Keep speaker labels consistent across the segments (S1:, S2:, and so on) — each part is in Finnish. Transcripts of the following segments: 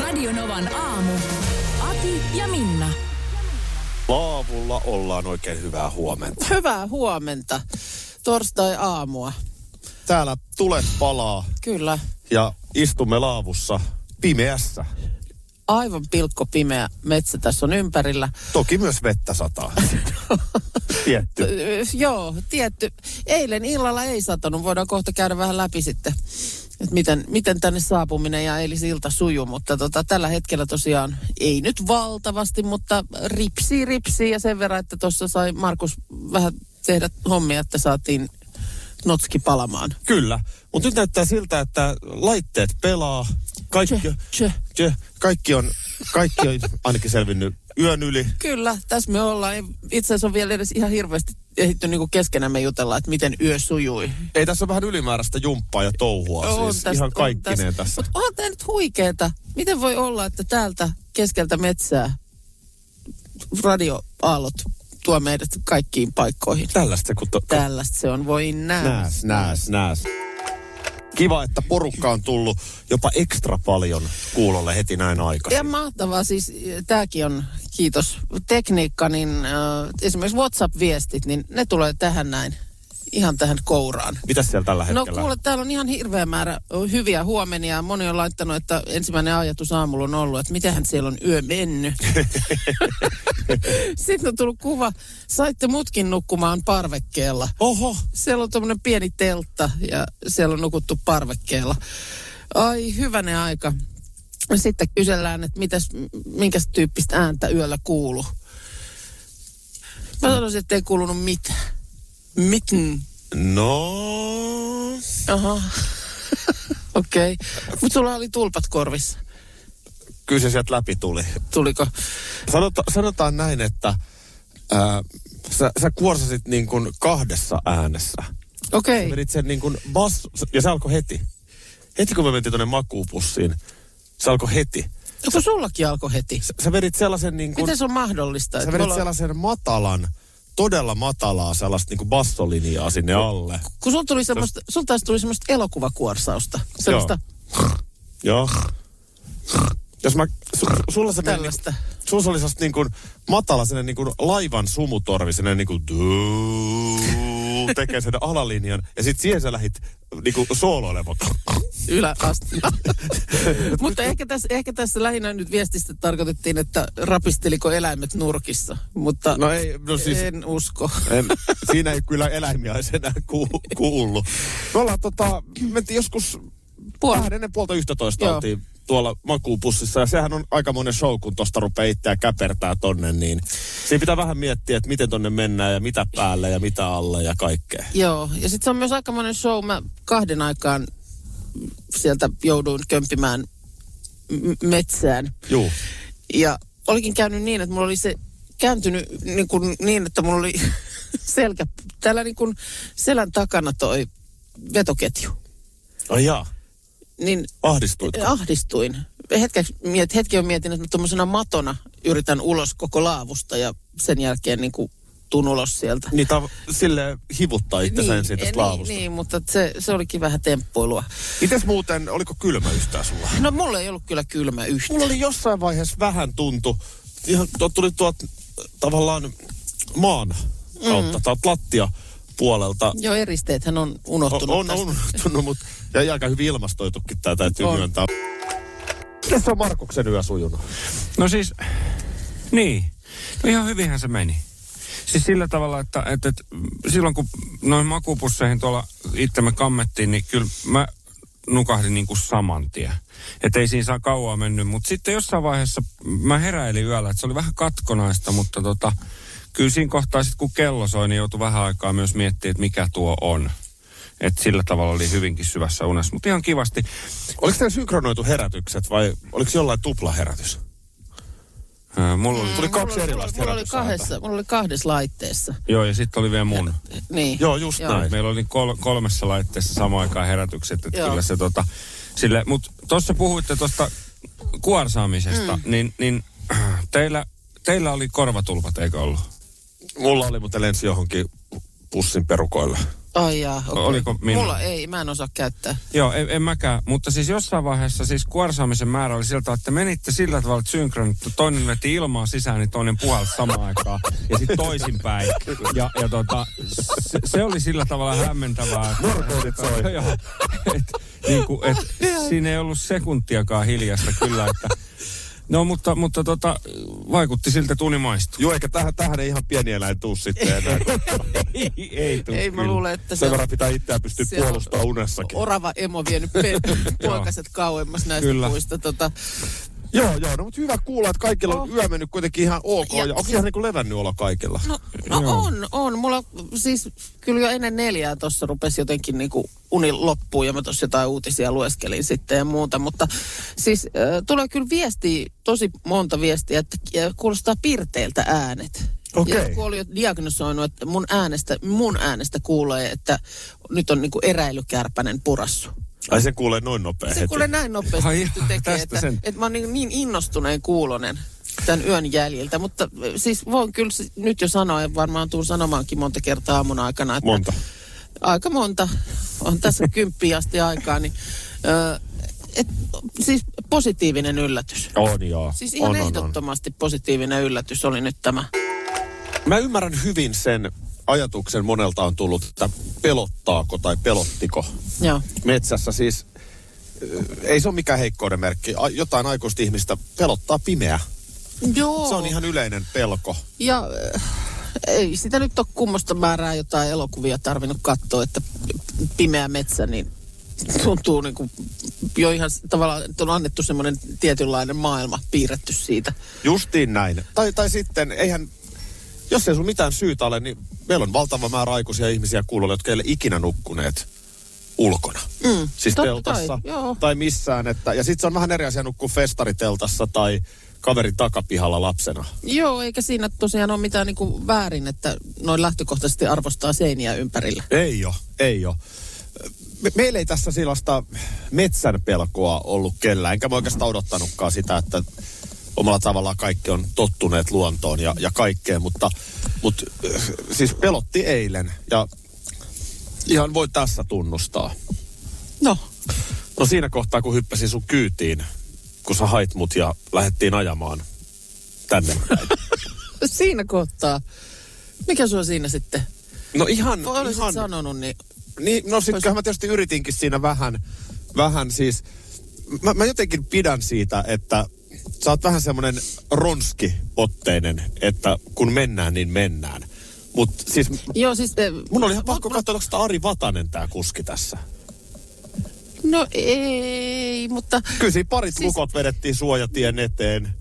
S1: Radionovan aamu. Ati ja Minna.
S2: Laavulla ollaan oikein hyvää huomenta.
S3: Hyvää huomenta. Torstai-aamua.
S2: Täällä tulet palaa
S3: Kyllä.
S2: ja istumme laavussa pimeässä.
S3: Aivan pilkko pimeä metsä tässä on ympärillä.
S2: Toki myös vettä sataa. Tietty.
S3: Ö, Joo, tietty. Eilen illalla ei satanut. Voidaan kohta käydä vähän läpi sitten, että miten, miten tänne saapuminen ja eilisilta sujuu. Mutta tota, tällä hetkellä tosiaan ei nyt valtavasti, mutta ripsii ripsii. Ja sen verran, että tuossa sai Markus vähän tehdä hommia, että saatiin notski palamaan.
S2: Kyllä, mutta nyt näyttää siltä, että laitteet pelaa. Kaikki,
S3: Tjö, tjö.
S2: tjö, kaikki, on, kaikki on ainakin selvinnyt yön yli.
S3: Kyllä, tässä me ollaan. Ei- Itse asiassa on vielä edes ihan hirveästi ehditty niinku keskenämme jutella, että miten yö sujui.
S2: Ei tässä ole vähän ylimääräistä jumppaa ja touhua, siis ihan kaikkineen tässä.
S3: Mutta onhan tämä nyt huikeeta. Miten voi olla, että täältä keskeltä metsää radioaallot tuo meidät kaikkiin paikkoihin?
S2: Tällaista se kun to,
S3: Tällaista se on, voi nähdä.
S2: Nääs, nääs, nääs. Kiva, että porukka on tullut jopa ekstra paljon kuulolle heti näin
S3: Ja
S2: aikaisin.
S3: mahtavaa, siis tämäkin on, kiitos, tekniikka, niin äh, esimerkiksi WhatsApp-viestit, niin ne tulee tähän näin, ihan tähän kouraan.
S2: Mitäs siellä tällä
S3: No
S2: hetkellä?
S3: kuule, täällä on ihan hirveä määrä ö, hyviä huomenia. Moni on laittanut, että ensimmäinen ajatus aamulla on ollut, että mitähän siellä on yö mennyt. Sitten on tullut kuva, saitte mutkin nukkumaan parvekkeella.
S2: Oho,
S3: Siellä on tuommoinen pieni teltta ja siellä on nukuttu parvekkeella. Ai hyvänen aika. Sitten kysellään, että mitäs, minkä tyyppistä ääntä yöllä kuuluu. Mä sanoisin, että ei kuulunut mitään. Mitten?
S2: no...
S3: Aha. Okei. Okay. Mutta sulla oli tulpat korvissa.
S2: Kyllä se sieltä läpi tuli.
S3: Tuliko?
S2: Sanota, sanotaan näin, että ää, sä, sä kuorsasit niin kuin kahdessa äänessä.
S3: Okei.
S2: Sä
S3: Okay.
S2: Menit sen niin kuin bas... Ja se alkoi heti. Heti kun me mentiin tuonne makuupussiin, se alkoi heti.
S3: No Kun sullakin alkoi heti.
S2: Sä, sä vedit sellaisen niin kuin...
S3: Miten se on mahdollista?
S2: Sä
S3: että
S2: vedit
S3: mulla-
S2: sellaisen matalan, todella matalaa sellaista niin bassolinjaa sinne alle.
S3: Kun sulla tuli semmoista, sulla taas tuli semmoista elokuvakuorsausta. Semmoista
S2: Joo. Jos mä, su, sulla se meni,
S3: tällaista.
S2: sulla se oli sellaista niin kuin matala sinne niin kuin laivan sumutorvi, sinne niin kuin duu, tekee sen alalinjan. Ja sit siihen sä lähit niin kuin sooloilemaan.
S3: yläasteella. Mutta ehkä tässä, ehkä tässä lähinnä nyt viestistä tarkoitettiin, että rapisteliko eläimet nurkissa. Mutta
S2: No ei, no siis-
S3: en usko.
S2: En, siinä ei kyllä eläimiä olisi enää ku, kuullut. Me ollaan tota, mentiin joskus
S3: Puoli.
S2: Vähän ennen puolta yhtätoista
S3: Joo.
S2: oltiin tuolla makuupussissa ja sehän on aikamoinen show, kun tosta rupeaa itseä käpertää tonne, niin siinä pitää vähän miettiä, että miten tonne mennään ja mitä päälle ja mitä alle ja kaikkea.
S3: Joo, ja sitten se on myös aikamoinen show. Mä kahden aikaan sieltä jouduin kömpimään m- metsään.
S2: Juu.
S3: Ja olikin käynyt niin, että mulla oli se kääntynyt niin, kuin niin että mulla oli selkä, täällä niin kuin selän takana toi vetoketju.
S2: Ai jaa,
S3: Niin
S2: ahdistuitko?
S3: ahdistuin. Hetkeksi, miet, hetki on mietin, että mä tuommoisena matona yritän ulos koko laavusta ja sen jälkeen niin kuin tuun ulos sieltä.
S2: Niin tav- sille hivuttaa itse sen siitä
S3: niin,
S2: laavusta.
S3: niin, mutta se, se olikin vähän temppuilua.
S2: Mites muuten, oliko kylmä yhtään sulla?
S3: No mulla ei ollut kyllä kylmä yhtään.
S2: Mulla oli jossain vaiheessa vähän tuntu, ihan tuo tuli tuolta tavallaan maan
S3: Mm-hmm.
S2: kautta, mm. tuolta lattia puolelta.
S3: Joo, eristeethän on unohtunut
S2: on, on,
S3: tästä.
S2: on unohtunut, mutta ja aika hyvin ilmastoitukin tämä täytyy
S3: On.
S2: myöntää. Miten se on Markuksen yö sujunut?
S4: No siis, niin. No ihan hyvinhän se meni. Siis sillä tavalla, että, että, että silloin kun noin makupusseihin tuolla itsemme kammettiin, niin kyllä mä nukahdin niin kuin saman tien. Että ei siinä saa kauaa mennyt, mutta sitten jossain vaiheessa mä heräilin yöllä, että se oli vähän katkonaista, mutta tota, kyllä siinä kohtaa sitten kun kello soi, niin joutui vähän aikaa myös miettimään, että mikä tuo on. Että sillä tavalla oli hyvinkin syvässä unessa, mutta ihan kivasti.
S2: Oliko teillä synkronoitu herätykset vai oliko jollain tuplaherätys?
S4: Ää, Äh, Mulla oli...
S2: Tuli kaksi
S3: Mulla,
S2: erilaista
S3: mulla, oli
S2: herätysääntä.
S3: kahdessa, mulla oli kahdessa laitteessa.
S4: Joo, ja sitten oli vielä mun.
S3: Niin.
S2: Joo, just
S3: Joo.
S2: näin.
S4: Meillä oli kol- kolmessa laitteessa samaan aikaan herätykset, että
S3: Joo.
S4: kyllä se tota, sille, mutta tuossa puhuitte tuosta kuorsaamisesta, mm. niin, niin teillä, teillä oli korvatulpat, eikö ollut?
S2: Mulla oli, mutta lensi johonkin pussin perukoille.
S3: Ai jaa, okei.
S4: Oliko minulla?
S3: Mulla ei, mä en osaa käyttää.
S4: Joo, en, en mäkään. Mutta siis jossain vaiheessa siis kuorsaamisen määrä oli siltä, että menitte sillä tavalla, että synkron, että toinen veti ilmaa sisään, niin toinen puhalsi samaan aikaan. Ja sitten toisinpäin. Ja, ja tota, se, se, oli sillä tavalla hämmentävää. että-
S2: Norkoidit soi.
S4: Joo, joo. et, niin kuin, et, siinä ei ollut sekuntiakaan hiljasta kyllä, että... No, mutta, mutta tota, vaikutti siltä, että uni maistui.
S2: Joo, eikä tähän, tähän ei ihan pieni eläin tuu sitten enää.
S4: Ei, ei, tuu
S3: Ei mä
S4: kyllä.
S3: luulen, että se
S2: Sen
S3: on
S2: verran pitää itseään pystyä
S3: Se on-
S2: puolustamaan unessakin.
S3: orava emo vienyt pe- poikaset kauemmas näistä
S4: Kyllä.
S3: puista. Tota,
S2: Joo, joo, no mutta hyvä kuulla, että kaikilla on yö mennyt kuitenkin ihan ok. Ja,
S3: Oh. Ja-
S2: ja onko ihan niin kuin levännyt olo kaikilla?
S3: No, no on, on. Mulla siis kyllä jo ennen neljää tuossa rupesi jotenkin niinku uni loppuun ja mä tuossa jotain uutisia lueskelin sitten ja muuta. Mutta siis äh, tulee kyllä viesti, tosi monta viestiä, että äh, kuulostaa pirteiltä äänet.
S2: Okei.
S3: Ja kun oli jo diagnosoinut, että mun äänestä, mun äänestä kuulee, että nyt on niinku eräilykärpänen purassu.
S2: Ai se kuulee noin nopea
S3: Se
S2: heti.
S3: kuulee näin nopeasti
S4: Ai
S3: Ai,
S4: jaa,
S3: tekee,
S4: tästä
S3: että,
S4: sen.
S3: että mä oon niin, niin innostuneen kuulonen tämän yön jäljiltä. Mutta äh, siis voin kyllä si- nyt jo sanoa, ja varmaan tuun sanomaankin monta kertaa aamun aikana. Että
S2: Monta.
S3: Aika monta. On tässä kymppiä asti aikaa. Niin, ö, et, siis positiivinen yllätys.
S2: On joo.
S3: Siis ihan
S2: on, on, on.
S3: ehdottomasti positiivinen yllätys oli nyt tämä.
S2: Mä ymmärrän hyvin sen ajatuksen monelta on tullut, että pelottaako tai pelottiko
S3: Joo.
S2: metsässä siis. ö, Ei se ole mikään heikkouden merkki. A- Jotain aikuista ihmistä pelottaa pimeä.
S3: Joo.
S2: Se on ihan yleinen pelko.
S3: Ja äh, ei sitä nyt ole kummosta määrää jotain elokuvia tarvinnut katsoa, että pimeä metsä, niin tuntuu niin kuin jo ihan s- tavallaan, että on annettu semmoinen tietynlainen maailma piirretty siitä.
S2: Justiin näin. Tai, tai sitten, eihän, jos ei sun mitään syytä ole, niin meillä on valtava määrä aikuisia ihmisiä kuulolla, jotka ei ole ikinä nukkuneet ulkona. Mm, siis
S3: totta
S2: teltassa
S3: kai, joo.
S2: tai missään. Että, ja sitten se on vähän eri asia nukkua festariteltassa tai kaverin takapihalla lapsena.
S3: Joo, eikä siinä tosiaan ole mitään niin kuin väärin, että noin lähtökohtaisesti arvostaa seiniä ympärillä.
S2: Ei ole, ei ole. Me, meillä ei tässä sellaista metsän pelkoa ollut kellään, enkä mä oikeastaan odottanutkaan sitä, että omalla tavallaan kaikki on tottuneet luontoon ja, ja kaikkeen, mutta, mutta äh, siis pelotti eilen ja ihan voi tässä tunnustaa.
S3: No,
S2: No siinä kohtaa, kun hyppäsin sun kyytiin, kun sä hait mut ja lähdettiin ajamaan tänne.
S3: siinä kohtaa. Mikä sua siinä sitten?
S2: No ihan,
S3: Olisit
S2: ihan
S3: sanonut, niin
S2: Niin, no sittenhän mä tietysti yritinkin siinä vähän, vähän siis, mä, mä jotenkin pidän siitä, että sä oot vähän semmoinen ronskiotteinen, että kun mennään, niin mennään. Mutta siis
S3: Joo, siis... eh,
S2: mun oli ihan pakko katsoa, onko tämä Ari Vatanen tämä kuski tässä.
S3: No ei, mutta...
S2: Kyllä siinä parit
S3: Siis-
S2: siis... lukot vedettiin suojatien eteen,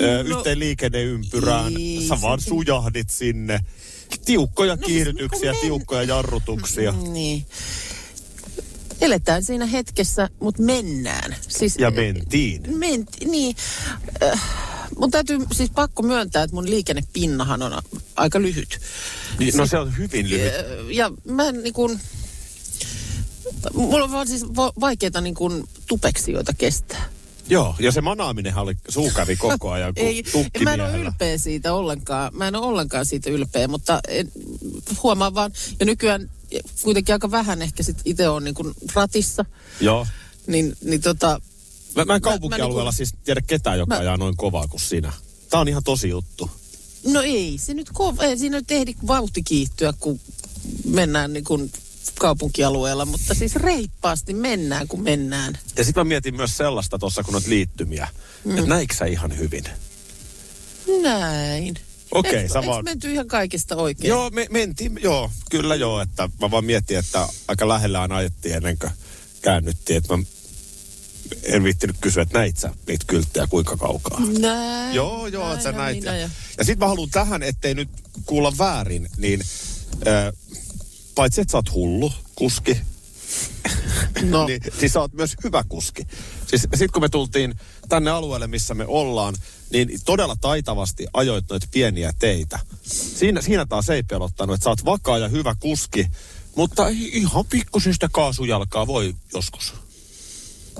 S2: ö,
S3: No-
S2: yhteen liikenneympyrään,
S3: Ei,
S2: sä vaan sujahdit sinne. Tiukkoja
S3: No,
S2: kiihdytyksiä,
S3: kun men-
S2: tiukkoja jarrutuksia.
S3: Niin. Eletään siinä hetkessä, mutta mennään. Siis,
S2: Ja mentiin.
S3: Ment, niin. Äh, mun täytyy siis pakko myöntää, että mun liikennepinnahan on a- aika lyhyt.
S2: No se on hyvin lyhyt.
S3: Äh, Ja mä en niin kun, mulla on vaan siis va- vaikeita niin kun tupeksioita kestää.
S2: Joo, ja se manaaminenhan oli suukävi koko ajan, kun
S3: Ei,
S2: tukki
S3: mä en ole
S2: miehellä.
S3: ylpeä siitä ollenkaan. Mä en ole ollenkaan siitä ylpeä, mutta en, huomaan vaan. Ja nykyään kuitenkin aika vähän ehkä sit itse on niin kun ratissa.
S2: Joo.
S3: Niin, niin tota,
S2: Mä, mä en
S3: Mä-
S2: kaupunkialueella
S3: mä niinku-
S2: siis tiedä ketään, joka
S3: Mä-
S2: ajaa noin kovaa kuin sinä. Tää on ihan tosi juttu.
S3: no ei, se nyt kova, ei siinä nyt ehdi vauhti kiihtyä, kun mennään niin kuin kaupunkialueella, mutta siis reippaasti mennään, kun mennään.
S2: Ja sitten mä mietin myös sellaista tuossa, kun on liittymiä. Mm. Että näikö sä ihan hyvin?
S3: Näin.
S2: Okei,
S3: Eiks-
S2: sä
S3: eiks
S2: vaan-
S3: menty ihan kaikista oikein?
S2: Joo, me, mentiin, joo, kyllä joo. Että mä vaan mietin, että aika lähellä aina ajettiin ennen kuin käännyttiin. Että mä en viittinyt kysyä, että näit sä niitä kylttejä kuinka kaukaa.
S3: Näin.
S2: Joo, joo, että sä
S3: on
S2: näit.
S3: minä
S2: Ja,
S3: ja-
S2: ja sit mä haluan tähän, ettei nyt kuulla väärin, niin ö, paitsi että sä oot hullu kuski,
S3: No,
S2: niin, siis sä oot myös hyvä kuski. Siis sit kun me tultiin tänne alueelle, missä me ollaan, niin todella taitavasti ajoit noita pieniä teitä. Siinä, siinä taas ei pelottanut, että sä oot vakaa ja hyvä kuski, mutta i- ihan pikkusista kaasujalkaa voi joskus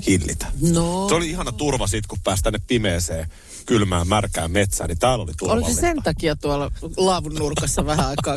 S2: hillitä.
S3: no.
S2: Se oli ihana turva sit, kun pääsi tänne pimeeseen, kylmään, märkään metsään, niin täällä oli turvallista.
S3: Oliko se sen takia tuolla laavun nurkassa vähän aikaa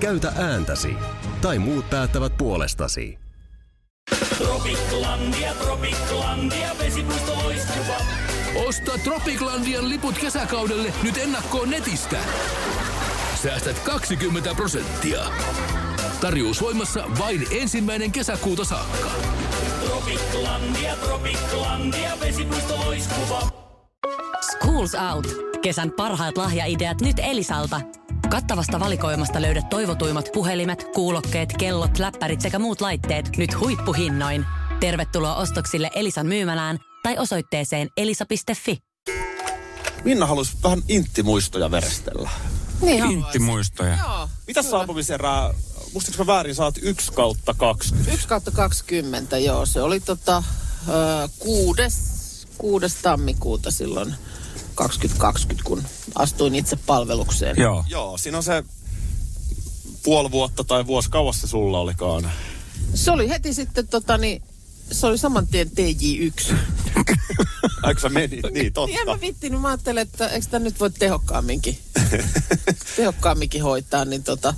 S5: Käytä ääntäsi. Tai muut päättävät puolestasi.
S6: Osta Tropiclandian liput kesäkaudelle nyt ennakkoon netistä. Säästät 20 prosenttia. Tarjous voimassa vain ensimmäinen kesäkuuta saakka.
S7: Schools Out. Kesän parhaat lahjaideat nyt Elisalta. Kattavasta valikoimasta löydät toivotuimmat puhelimet, kuulokkeet, kellot, läppärit sekä muut laitteet nyt huippuhinnoin. Tervetuloa ostoksille Elisan myymälään tai osoitteeseen elisa.fi.
S2: Minna halusi vähän inttimuistoja verestellä.
S3: Niin
S4: Inttimuistoja.
S3: Joo.
S2: Mitä saapumiserää, muistatko mä väärin, sä oot 1 kautta 2?
S3: 1 kautta 20, joo. Se oli tota, ö, kuudes, kuudes tammikuuta silloin 2020, kun astuin itse palvelukseen.
S4: Joo.
S2: Joo, siinä on se puoli vuotta tai vuosi, kauas se sulla olikaan.
S3: Se oli heti sitten, tota, niin, se oli saman tien TJ1.
S2: Eikö sä meni? Niin,
S3: Niin en
S2: totta.
S3: mä vittinyt, mä ajattelin, että eikö tämä nyt voi tehokkaamminkin, tehokkaamminkin hoitaa, niin tota,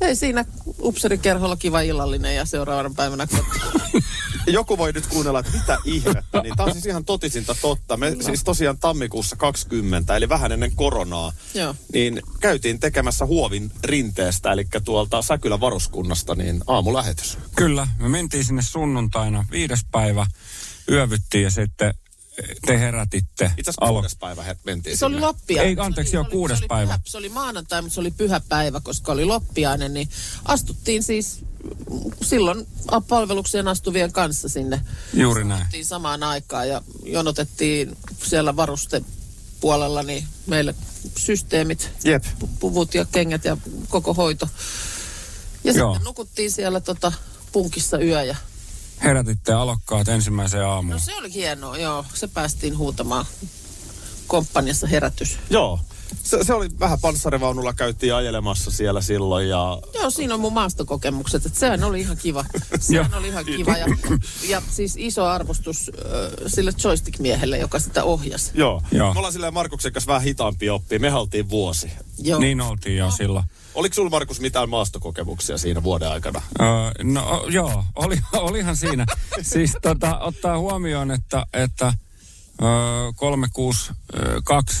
S3: ei siinä upserikerholla kiva illallinen ja seuraavana päivänä kotiin.
S2: Joku voi nyt kuunnella, että mitä ihmettä. Niin tää on siis ihan totisinta totta. Me siis tosiaan tammikuussa 20, eli vähän ennen koronaa,
S3: Joo.
S2: niin käytiin tekemässä huovin rinteestä, eli tuolta Säkylän varuskunnasta, niin aamulähetys.
S4: Kyllä, me mentiin sinne sunnuntaina, viides päivä, yövyttiin ja sitten te herätitte.
S2: Itse asiassa
S4: Alo-
S2: kuudes päivä het- mentiin
S3: Se oli
S2: sinne.
S3: loppia.
S4: Ei, anteeksi,
S3: se
S4: joo,
S3: oli- se oli-
S4: kuudes
S3: se oli
S4: päivä.
S3: Pyhä, se oli maanantai, mutta se oli pyhä päivä, koska oli loppiainen, niin astuttiin siis mm, silloin a- palvelukseen astuvien kanssa sinne.
S4: Juuri näin.
S3: Astuttiin samaan aikaan ja jonotettiin siellä varustepuolella, niin meillä systeemit,
S2: Jep.
S3: pu- puvut ja kengät ja koko hoito. Ja
S4: Joo.
S3: sitten nukuttiin siellä tota, punkissa yö ja
S4: Herätitte alokkaat ensimmäiseen
S3: No
S4: aamuun.
S3: se oli hienoa, joo. Se päästiin huutamaan komppaniassa herätys.
S2: Joo. Se, se oli vähän panssarivaunulla käytiin ajelemassa siellä silloin ja
S3: Joo, siinä on mun maastokokemukset, että sehän oli ihan kiva. Sehän oli ihan kiva ja, ja siis iso arvostus äh, sille joystick-miehelle, joka sitä ohjasi.
S2: Joo.
S4: Joo.
S2: Me ollaan silleen Markuksen kanssa vähän hitaampi oppi. Me oltiin vuosi.
S3: Joo.
S4: Niin oltiin jo silloin.
S2: Oliko sulla Markus mitään maastokokemuksia siinä vuoden aikana?
S4: Öö, no o- joo, oli, olihan siinä. siis tota, ottaa huomioon, että, että öö, 362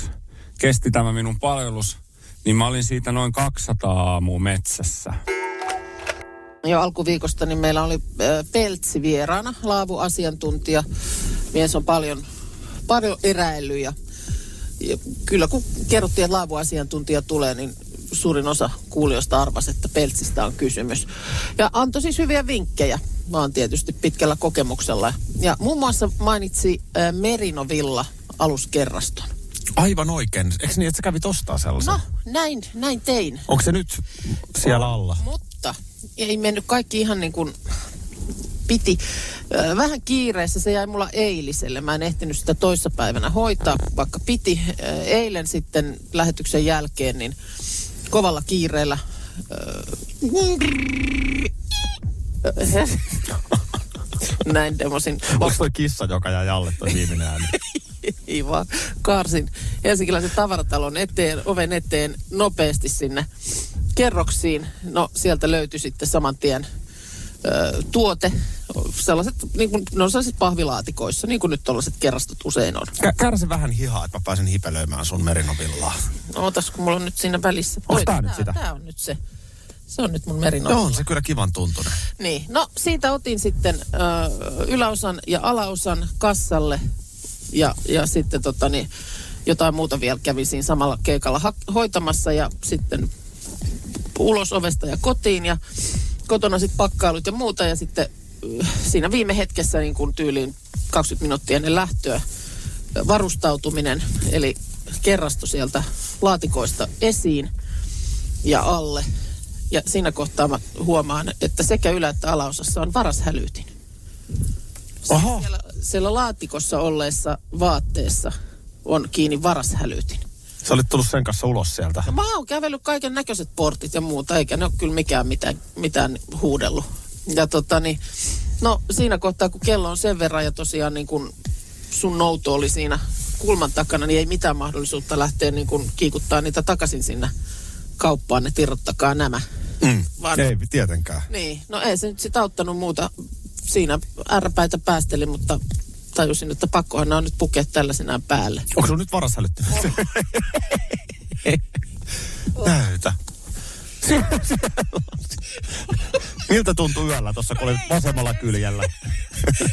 S4: kesti tämä minun palvelus, niin mä olin siitä noin 200 aamua metsässä.
S3: Jo alkuviikosta niin meillä oli äh, Peltsi vieraana, laavuasiantuntija. Mies on paljon, paljon eräilyjä. Ja kyllä kun kerrottiin, että laavuasiantuntija tulee, niin suurin osa kuulijoista arvasi, että Peltsistä on kysymys. Ja antoi siis hyviä vinkkejä, vaan tietysti pitkällä kokemuksella. Ja muun muassa mainitsi äh, Merinovilla aluskerraston.
S2: Aivan oikein. Eikö niin, että sä kävit ostaa sellaisen?
S3: No, näin, näin tein.
S2: Onko se nyt siellä alla?
S3: Mutta ei mennyt kaikki ihan niin kuin piti. Ö, Vähän kiireessä se jäi mulla eiliselle. Mä en ehtinyt sitä toissapäivänä hoitaa, vaikka piti. Ö, Eilen sitten lähetyksen jälkeen niin kovalla kiireellä ö, näin demosin
S2: Onko toi kissa, joka jäi alle toi viimeinen ääni?
S3: ei vaan karsin helsinkiläisen tavaratalon eteen, oven eteen nopeasti sinne kerroksiin. No sieltä löytyi sitten saman tien ö, tuote, sellaiset, niin kuin, ne on sellaiset pahvilaatikoissa, niin kuin nyt tällaiset kerrastot usein on.
S2: Kä- kärsi vähän hihaa, että mä pääsen hipelöimään sun merinovillaa.
S3: No, Ootas, kun mulla on nyt siinä välissä.
S2: Onks
S3: Oi,
S2: tää nyt sitä?
S3: Tää on nyt se. Se on nyt mun merinokka.
S2: No on se kyllä kivan tuntunen.
S3: Niin, no siitä otin sitten ö, yläosan ja alaosan kassalle ja, ja sitten tota, niin, jotain muuta vielä kävin siinä samalla keikalla ha- hoitamassa ja sitten ulos ovesta ja kotiin ja kotona sitten pakkailut ja muuta ja sitten ö, siinä viime hetkessä niin kun tyyliin 20 minuuttia ennen lähtöä ö, varustautuminen eli kerrasto sieltä laatikoista esiin ja alle. Ja siinä kohtaa mä huomaan, että sekä ylä- että alaosassa on varas hälytin.
S2: Oho,
S3: Siellä, siellä laatikossa olleessa vaatteessa on kiinni varas hälytin.
S2: sä olit tullut sen kanssa ulos sieltä.
S3: No mä oon kävellyt kaiken näköiset portit ja muuta, eikä ne ole kyllä mikään mitään, mitään huudellut. Ja tota niin, no siinä kohtaa kun kello on sen verran ja tosiaan niin kun sun nouto oli siinä kulman takana, niin ei mitään mahdollisuutta lähteä niin kun kiikuttaa niitä takaisin sinne kauppaan, että irrottakaa nämä. Mm, Vaan
S2: Ei tietenkään.
S3: niin, no ei se nyt sitä auttanut muuta. Siinä ärpäitä päästeli, mutta tajusin, että pakkohan nämä on nyt pukea tällaisenaan päälle.
S2: Onko sun nyt varas hälyttinyt? Näytä. Miltä tuntuu yöllä tuossa, kun olit vasemmalla kyljellä?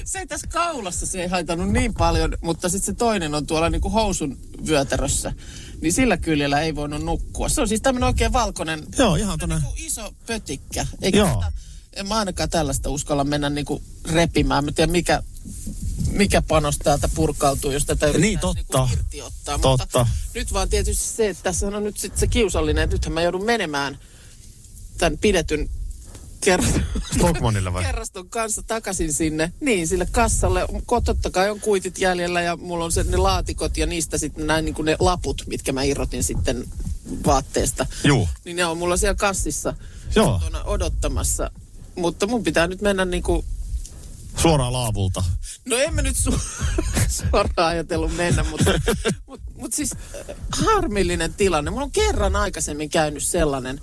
S3: Se ei tässä kaulassa, se ei haitanut niin paljon, mutta sitten se toinen on tuolla niinku housun vyötärössä. Niin sillä kyljellä ei voinut nukkua. Se on siis tämmöinen oikein valkoinen,
S2: Joo, ihan tonne.
S3: niinku iso pötikkä. Eikä
S2: Joo.
S3: Sitä, en mä ainakaan tällaista uskalla mennä niinku repimään. Mä tiedän, mikä, mikä panos täältä purkautuu, jos tätä yritetään
S2: Niin, totta.
S3: Niinku irti ottaa.
S2: Totta.
S3: Mutta nyt vaan tietysti se, että tässä on nyt sit se kiusallinen, että nythän mä joudun menemään tämän pidetyn kerran
S2: Stockmanille vai?
S3: kerraston kanssa takaisin sinne, niin sille kassalle. Ko- Totta kai on kuitit jäljellä ja mulla on se, ne laatikot ja niistä sitten näin niin kuin ne laput, mitkä mä irrotin sitten vaatteesta.
S2: Juu.
S3: Niin ne on mulla siellä kassissa
S2: Joo,
S3: kotona odottamassa. Mutta mun pitää nyt mennä niin kuin,
S2: suoraan laavulta.
S3: no emme nyt su- suoraan ajatellut mennä, mutta mut, mut siis äh, harmillinen tilanne. Mulla on kerran aikaisemmin käynyt sellainen,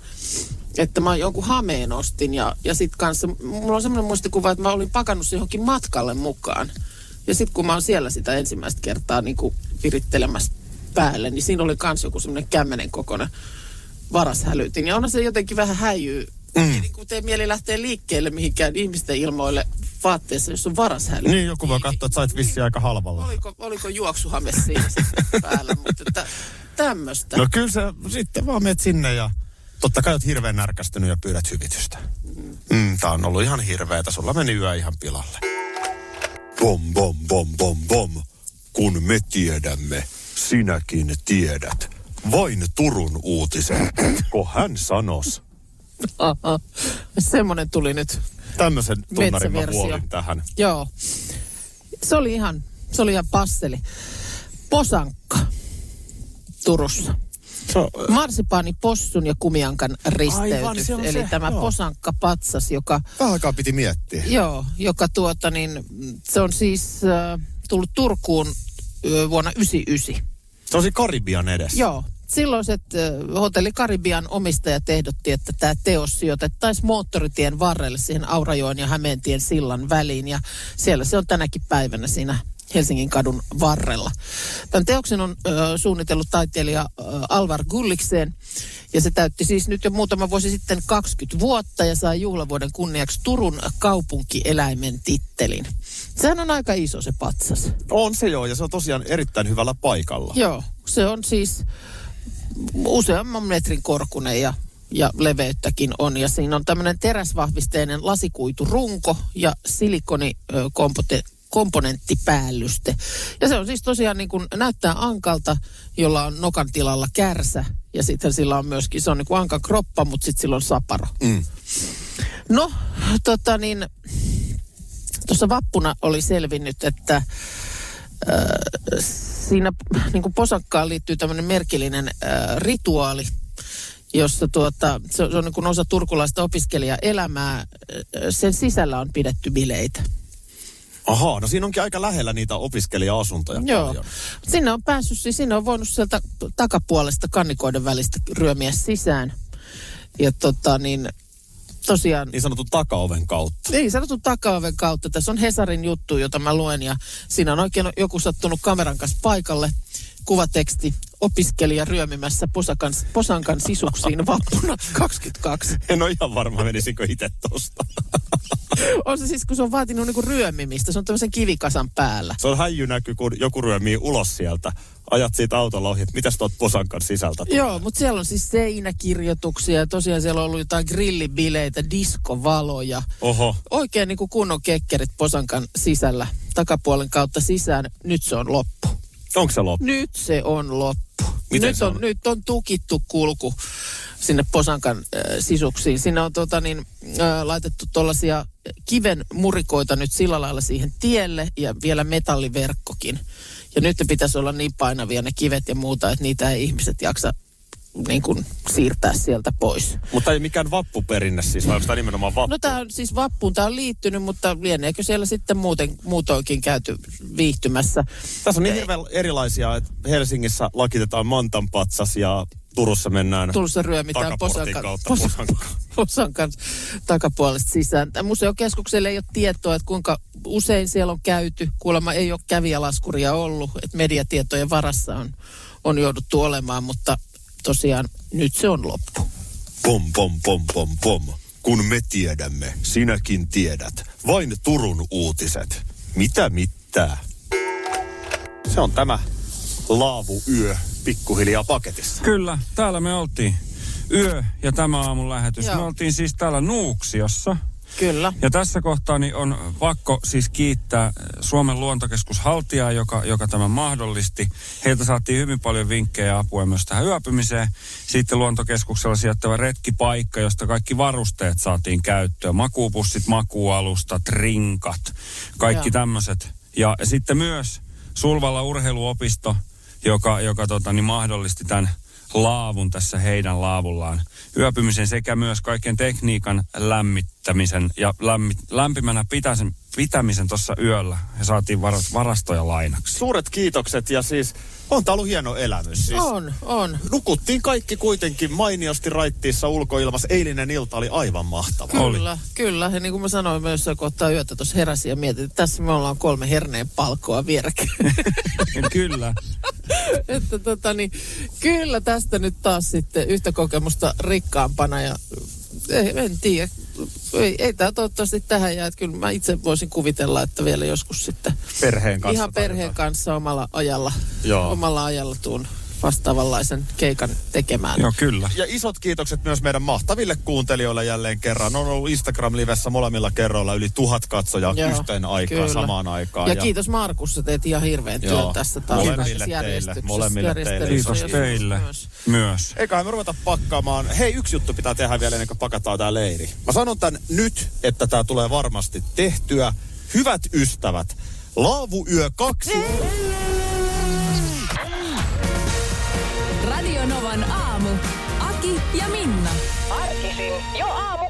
S3: että mä jonkun hameen ostin ja, ja sit kanssa, mulla on semmoinen muistikuva, että mä olin pakannut se johonkin matkalle mukaan. Ja sit kun mä oon siellä sitä ensimmäistä kertaa niin kuin virittelemässä päälle, niin siinä oli kans joku semmoinen kämmenen kokoinen varashälytin. Ja onhan se jotenkin vähän häijyy. Mm. Ei niin kuin tee mieli lähteä liikkeelle mihinkään ihmisten ilmoille vaatteessa, jos on varashälytin.
S2: Niin, joku voi katsoa, että sait vissiin aika halvalla.
S3: Oh. Oliko, oliko juoksuhame siinä sitten päällä, mutta että tämmöistä.
S2: No kyllä se sitten vaan menet sinne ja totta kai oot hirveän närkästynyt ja pyydät hyvitystä. Mm, tää on ollut ihan hirveetä, sulla meni yö ihan pilalle. Bom, bom, bom, bom, bom. Kun me tiedämme, sinäkin tiedät. Vain Turun uutisen, kun hän sanos.
S3: Aha. Semmoinen tuli nyt.
S2: Tämmöisen tunnarin mä
S3: Metsäversio.
S2: vuolin tähän.
S3: Joo. Se oli ihan, se oli ihan passeli. Posankka Turussa.
S2: So,
S3: Marsipaani possun ja kumiankan risteytys.
S2: Aivan, se on
S3: Eli
S2: se,
S3: tämä
S2: joo.
S3: posankka patsas, joka,
S2: vähän aikaa piti miettiä.
S3: joo, joka tuota niin, mm, se on siis äh, tullut Turkuun ö, vuonna 99.
S2: Se on siinä Karibian edessä.
S3: Joo. Silloiset äh, hotelli Karibian omistajat ehdotti, että tämä teos sijoitettaisiin moottoritien varrelle siihen Aurajoen ja Hämeentien sillan väliin. Ja siellä se on tänäkin päivänä siinä Helsingin kadun varrella. Tämän teoksen on ö, suunnitellut taiteilija ö, Alvar Gullikseen ja se täytti siis nyt jo muutama vuosi sitten 20 vuotta ja sai juhlavuoden kunniaksi Turun kaupunkieläimen tittelin. Sehän on aika iso se patsas.
S2: On se joo, ja se on tosiaan erittäin hyvällä paikalla.
S3: Joo, se on siis useamman metrin korkunen ja, ja leveyttäkin on. Ja siinä on tämmöinen teräsvahvisteinen lasikuiturunko ja silikonikomponenttipäällyste. Ja se on siis tosiaan niin kuin näyttää ankalta, jolla on nokan tilalla kärsä. Ja sitten sillä on myöskin, se on niin kuin ankan kroppa, mutta sitten sillä on saparo. Mm. No, tota niin, tuossa vappuna oli selvinnyt, että äh, siinä niin kuin posakkaan liittyy tämmöinen merkillinen äh, rituaali, jossa tuota, se on, se on niin kuin osa turkulaista opiskelijaelämää. äh, Sen sisällä on pidetty bileitä.
S2: Ahaa, no siinä onkin aika lähellä niitä opiskelija-asuntoja
S3: Joo.
S2: paljon.
S3: Sinne on päässyt, siis sinne on voinut sieltä takapuolesta kannikoiden välistä ryömiä sisään. Ja tota niin, tosiaan...
S2: Niin sanotun takaoven kautta.
S3: Niin sanotun takaoven kautta. Tässä on Hesarin juttu, jota mä luen ja siinä on oikein joku sattunut kameran kanssa paikalle. Kuvateksti. opiskelija ryömimässä posakan, posankan sisuksiin vappuna 22.
S2: En ole ihan varma, menisikö itse tosta.
S3: On se siis, kun se on vaatinut niinku ryömimistä. Se on tämmöisen kivikasan päällä.
S2: Se on häijynäky, kun joku ryömii ulos sieltä. Ajat siitä autolla ohi, että mitäs tuot posankan sisältä tulee.
S3: Joo, mutta siellä on siis seinäkirjoituksia ja tosiaan siellä on ollut jotain grillibileitä, diskovaloja.
S2: Oho.
S3: Oikein niin kuin kunnon kekkerit posankan sisällä, takapuolen kautta sisään. Nyt se on loppu.
S2: Onko se loppu?
S3: Nyt se on loppu.
S2: Miten
S3: nyt,
S2: se
S3: on,
S2: on?
S3: nyt on tukittu kulku sinne posankan äh, sisuksiin. Siinä on tota, niin, äh, laitettu tuollaisia kiven murikoita nyt sillä lailla siihen tielle ja vielä metalliverkkokin. Ja nyt ne pitäisi olla niin painavia ne kivet ja muuta, että niitä ei ihmiset jaksa niin kuin, siirtää sieltä pois.
S2: Mutta ei mikään vappuperinne siis, vai onko tämä nimenomaan vappu?
S3: No tämä on siis vappuun, tämä on liittynyt, mutta lieneekö siellä sitten muuten, muutoinkin käyty viihtymässä?
S2: Tässä on niin hirveän erilaisia, että Helsingissä lakitetaan mantanpatsas ja Turussa mennään
S3: Tulossa ryömitään
S2: takaportin
S3: posankan,
S2: kautta
S3: posankan,
S2: posankaan.
S3: posankan takapuolesta sisään. Tää Museokeskukselle ei ole tietoa, että kuinka usein siellä on käyty. Kuulemma ei ole kävijälaskuria ollut, että mediatietojen varassa on, on jouduttu olemaan, mutta tosiaan nyt se on loppu.
S2: Pom, pom, pom, pom, pom. Kun me tiedämme, sinäkin tiedät. Vain Turun uutiset. Mitä mittaa? Se on tämä laavuyö pikkuhiljaa paketissa.
S4: Kyllä, täällä me oltiin. Yö ja tämä aamun lähetys.
S3: Joo.
S4: Me oltiin siis täällä Nuuksiossa.
S3: Kyllä.
S4: Ja tässä kohtaa niin on pakko siis kiittää Suomen luontokeskus Haltiaa, joka, joka tämän mahdollisti. Heiltä saatiin hyvin paljon vinkkejä ja apua myös tähän yöpymiseen. Sitten luontokeskuksella sijoittava retkipaikka, josta kaikki varusteet saatiin käyttöön. Makuupussit, makuualustat, rinkat, kaikki
S3: Joo.
S4: tämmöiset. Ja sitten myös Sulvalla urheiluopisto, joka, joka tota, niin mahdollisti tämän laavun tässä heidän laavullaan. Yöpymisen sekä myös kaiken tekniikan lämmittämisen ja lämmi, lämpimänä pitäisen, pitämisen tuossa yöllä. Ja saatiin varas, varastoja lainaksi.
S2: Suuret kiitokset ja siis on tää ollut hieno elämys. Siis.
S3: On, on.
S2: Nukuttiin kaikki kuitenkin mainiosti raittiissa ulkoilmassa. Eilinen ilta oli aivan mahtava.
S4: Oli.
S3: Kyllä, kyllä. Ja niin kuin mä sanoin myös, kun ottaa yötä tuossa heräsin ja mietin, että tässä me ollaan kolme herneen palkoa vierekkäin.
S4: Kyllä.
S3: että tota niin, kyllä tästä nyt taas sitten yhtä kokemusta rikkaampana ja ei, en tiedä. Ei, ei tämä toivottavasti tähän jää. Että Kyllä mä itse voisin kuvitella, että vielä joskus sitten
S2: Perheen kanssa.
S3: ihan perheen kanssa omalla ajalla,
S2: Joo.
S3: omalla ajalla tuun vastaavanlaisen keikan tekemään.
S4: Joo, kyllä.
S2: Ja isot kiitokset myös meidän mahtaville kuuntelijoille jälleen kerran. On ollut Instagram-livessä molemmilla kerroilla yli tuhat katsojaa Joo, yhteen aikaan,
S3: kyllä.
S2: samaan aikaan.
S3: Ja, ja kiitos Markus, sä teet ihan hirveän työn
S2: Joo.
S3: tässä
S2: Molemmille
S3: taloudellisessa
S2: teille,
S3: järjestyksessä.
S2: molemmille teille.
S3: järjestelyssä.
S4: Kiitos teille
S3: Myös.
S4: myös.
S2: Eiköhän me ruveta pakkaamaan. Hei, yksi juttu pitää tehdä vielä ennen kuin pakataan tämä leiri. Mä sanon tän nyt, että tämä tulee varmasti tehtyä. Hyvät ystävät, Laavuyö 2.
S1: Radio Novan aamu. Aki ja Minna.
S8: Arkisin jo aamu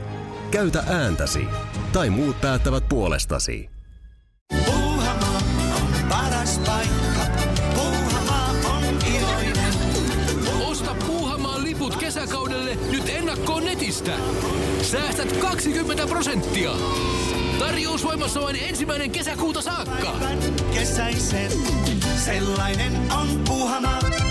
S5: Käytä ääntäsi. Tai muut päättävät puolestasi.
S6: Osta Puuhamaan liput kesäkaudelle nyt ennakkoon netistä. Säästät 20 prosenttia. Tarjous voimassa vain ensimmäinen kesäkuuta saakka.
S9: kesäisen. Sellainen on puhana.